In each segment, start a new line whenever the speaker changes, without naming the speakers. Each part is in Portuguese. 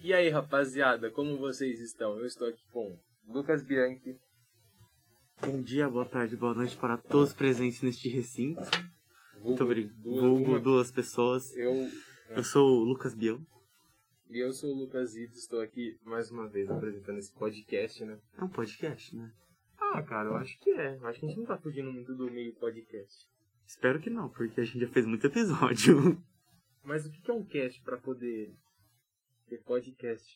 E aí, rapaziada, como vocês estão? Eu estou aqui com Lucas Bianchi.
Bom dia, boa tarde, boa noite para todos presentes neste recinto. Muito
vulgo-
obrigado.
duas-
Vulgo
uma-
duas pessoas.
Eu
Eu sou o Lucas Bião.
e eu sou o Lucas Ito, estou aqui mais uma vez apresentando esse podcast, né?
É um podcast, né?
Ah, cara, eu acho que é. Eu acho que a gente não tá fugindo muito do meio podcast.
Espero que não, porque a gente já fez muito episódio.
Mas o que que é um cast pra poder ter podcast?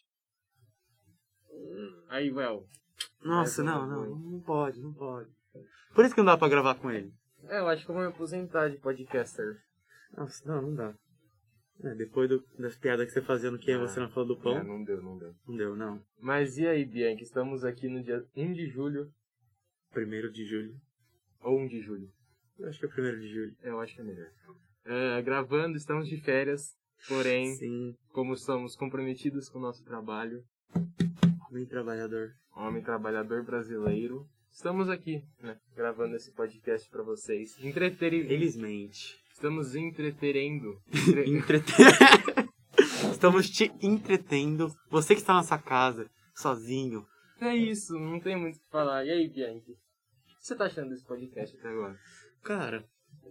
Aí, Well.
Nossa,
Mas
não,
É, não,
não, não pode, não pode. Por isso que não dá pra gravar com ele.
É, eu acho que eu vou me aposentar de podcaster.
Nossa, não, não dá. É, depois do- das piadas que você fazia no que
Ah,
você não falou do pão,
É, não deu, não deu.
não deu, não.
Mas e aí, Bianca? Estamos aqui no dia 1 de julho.
Primeiro de julho.
Ou 1 de julho.
Eu acho que é primeiro de julho.
Eu acho que é melhor. É, gravando, estamos de férias, porém,
Sim,
como somos comprometidos com o nosso trabalho,
bem trabalhador.
homem trabalhador brasileiro, estamos aqui, né, gravando esse podcast pra vocês. Entreter...
Felizmente.
Estamos entreterendo. Entre-
Entreter. Estamos te entretendo. Você que está na sua casa, sozinho.
é isso, não tem muito o que falar. E aí, Bianchi? O que você tá achando desse podcast até agora?
Cara,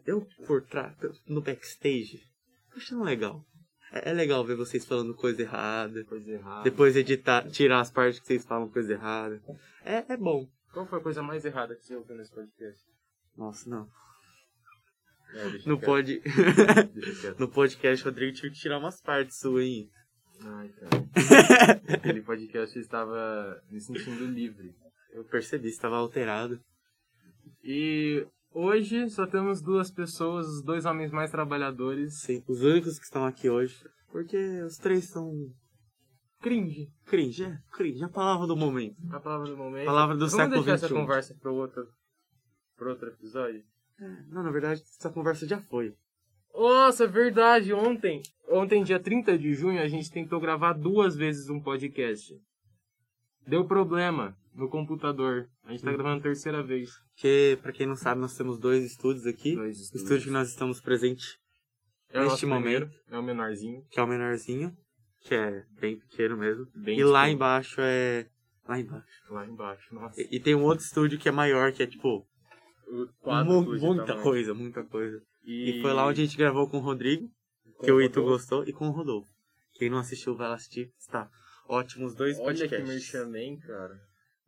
eu por trás, no backstage, tô achando legal. É, é legal ver vocês falando coisa errada.
Coisa errada.
Depois editar, tirar as partes que vocês falam coisa errada. É, é bom.
Qual foi a coisa mais errada que você ouviu nesse podcast?
Nossa, não.
É, deixa
Não
quieto,
pode.
Deixa quieto.
no podcast, Rodrigo tive que tirar umas partes suas, hein?
Ai, cara. Aquele podcast eu estava me sentindo livre.
Eu percebi, estava alterado.
E hoje só temos duas pessoas, os dois homens mais trabalhadores.
Sim, os únicos que estão aqui hoje. Porque os três são
Cringe,
cringe, é? Cringe, é a palavra do momento.
a palavra do momento.
Palavra do
Vamos
século um.
deixar
XXI.
essa conversa para outro, pro outro episódio?
Não, na verdade, essa conversa já foi.
Nossa, é verdade. Ontem, ontem, dia 30 de junho, a gente tentou gravar duas vezes um podcast. Deu problema no computador. A gente tá
Hum.
gravando a terceira vez.
Porque, pra quem não sabe, nós temos dois estúdios aqui. O estúdio que nós estamos presente,
é o
neste
nosso primeiro, É o menorzinho.
que é o menorzinho, que é bem pequeno mesmo.
Bem
e lá
pequeno.
embaixo é. Lá embaixo.
Lá embaixo, nossa.
E, e tem um outro estúdio que é maior, que é tipo. mu-
tá
muita coisa, muita coisa. tá E... foi lá onde a gente gravou com o Rodrigo, que o Ito gostou, e com o Rodolfo. Quem não assistiu, vai lá assistir. Está ótimo os dois
Olha que
podcasts.
merchan, cara.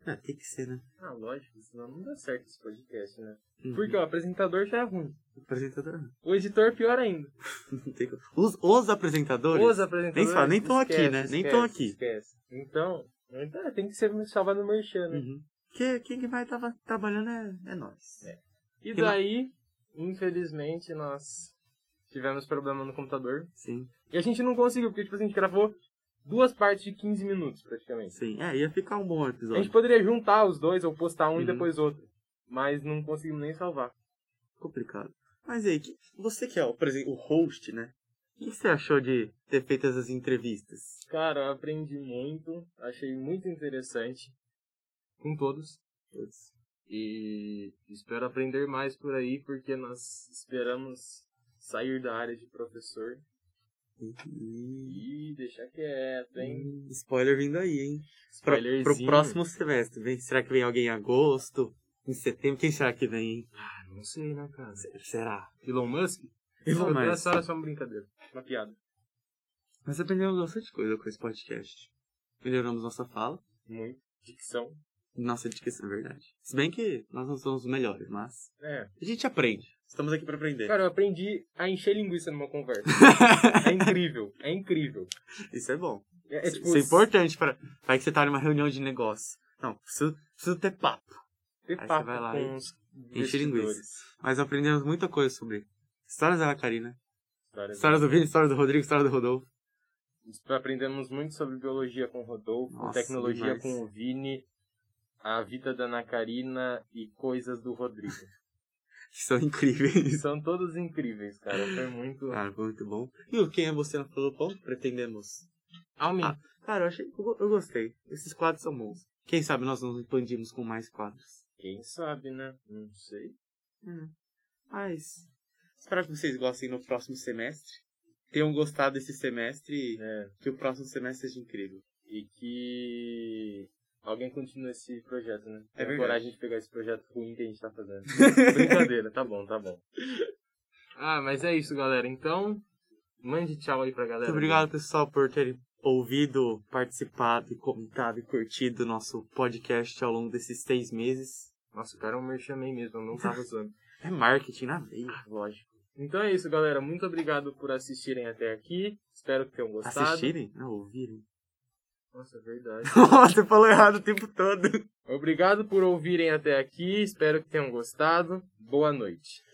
Ah, tem que ser, né?
Ah, lógico, senão não dá certo esse podcast, né?
Uhum.
Porque o apresentador já é ruim.
Apresentador.
O editor, pior ainda.
Não tem como. Os, os apresentadores.
Os apresentadores.
Nem fala, nem tão
esquece,
aqui, né? Nem
esquece,
tão aqui.
Esquece. Então, então, tem que ser salvado no merchan, né?
Uhum. Que, quem que vai tava trabalhando é, é nós.
E
E lá-
daí, infelizmente, nós tivemos problema no computador.
Sim,
E a gente não conseguiu, porque tipo, assim, a gente gravou duas partes de 15 minutos, praticamente.
sim. É, ia ficar um bom
A gente
episódio.
poderia juntar os dois, ou postar um e
Uhum.
depois outro. Mas não conseguimos nem salvar.
Complicado. Mas aí, que- você que é, o, por exemplo, o host, né? O que você achou de ter feito essas entrevistas?
Cara, eu aprendi muito, achei muito interessante com todos e espero aprender mais por aí porque nós esperamos sair da área de professor
E-
e deixar quieto, hein?
e- Spoiler vindo aí, hein? Pra,
Spoilerzinho.
Hum. pro próximo semestre. Vem, será que vem alguém em agosto? Em setembro? Quem será que vem, hein?
Ah, Não sei, né, cara?
Será?
Elon Musk?
Elon
Não,
Musk.
Essa era só uma brincadeira, uma piada.
Mas aprendemos bastante coisa com esse podcast. Melhoramos nossa fala.
Muito. Dicção.
Nossa dedicação, é verdade. Se bem que nós não somos os melhores, mas
É.
a gente aprende. Estamos aqui pra aprender.
Cara, eu aprendi a encher linguiça numa conversa. é incrível, é incrível.
Isso é bom.
É, é
Isso-
tipo,
Isso é importante para Vai que você tá numa reunião de negócio. Não, preciso, preciso ter papo.
ter
Aí você
papo
vai lá
com
e
os
enche linguiça.
investidores.
Mas aprendemos muita coisa sobre histórias da Ana Karina,
Várias
histórias do Vini, história do Rodrigo, história do Rodolfo.
Aprendemos muito sobre biologia com o Rodolfo,
Nossa,
tecnologia
demais.
com o Vini, a vida da Ana Karina e coisas do Rodrigo.
Que são incríveis.
São todos incríveis, cara. Foi muito.
Cara, foi muito bom. E o Quem é Você na Fila do Pão? Pretendemos.
Almin.
Cara, eu achei. Eu, go- eu gostei. Esses quadros são bons. Quem sabe nós não expandimos com mais quadros.
Quem sabe, né? Não sei.
Hum. Mas espero que vocês gostem no próximo semestre. tenham gostado desse semestre e
É,
que o próximo semestre seja incrível.
e que alguém continue esse projeto, né?
É
Tenha
verdade.
coragem de pegar esse projeto ruim que a gente tá fazendo. Brincadeira, tá bom, tá bom. Ah, mas é isso, galera. Então, mande tchau aí pra galera.
Muito obrigado, pessoal, por terem ouvido, participado, e comentado e curtido o nosso podcast ao longo desses seis meses.
Nossa, o cara é um merchan aí mesmo, eu não tá tava usando.
É marketing na veia.
Lógico. Então é isso, galera. Muito obrigado por assistirem até aqui. Espero que tenham gostado.
Assistirem? Não, ouvirem.
Nossa, é verdade.
Você falou errado o tempo todo.
Obrigado por ouvirem até aqui. Espero que tenham gostado. Boa noite.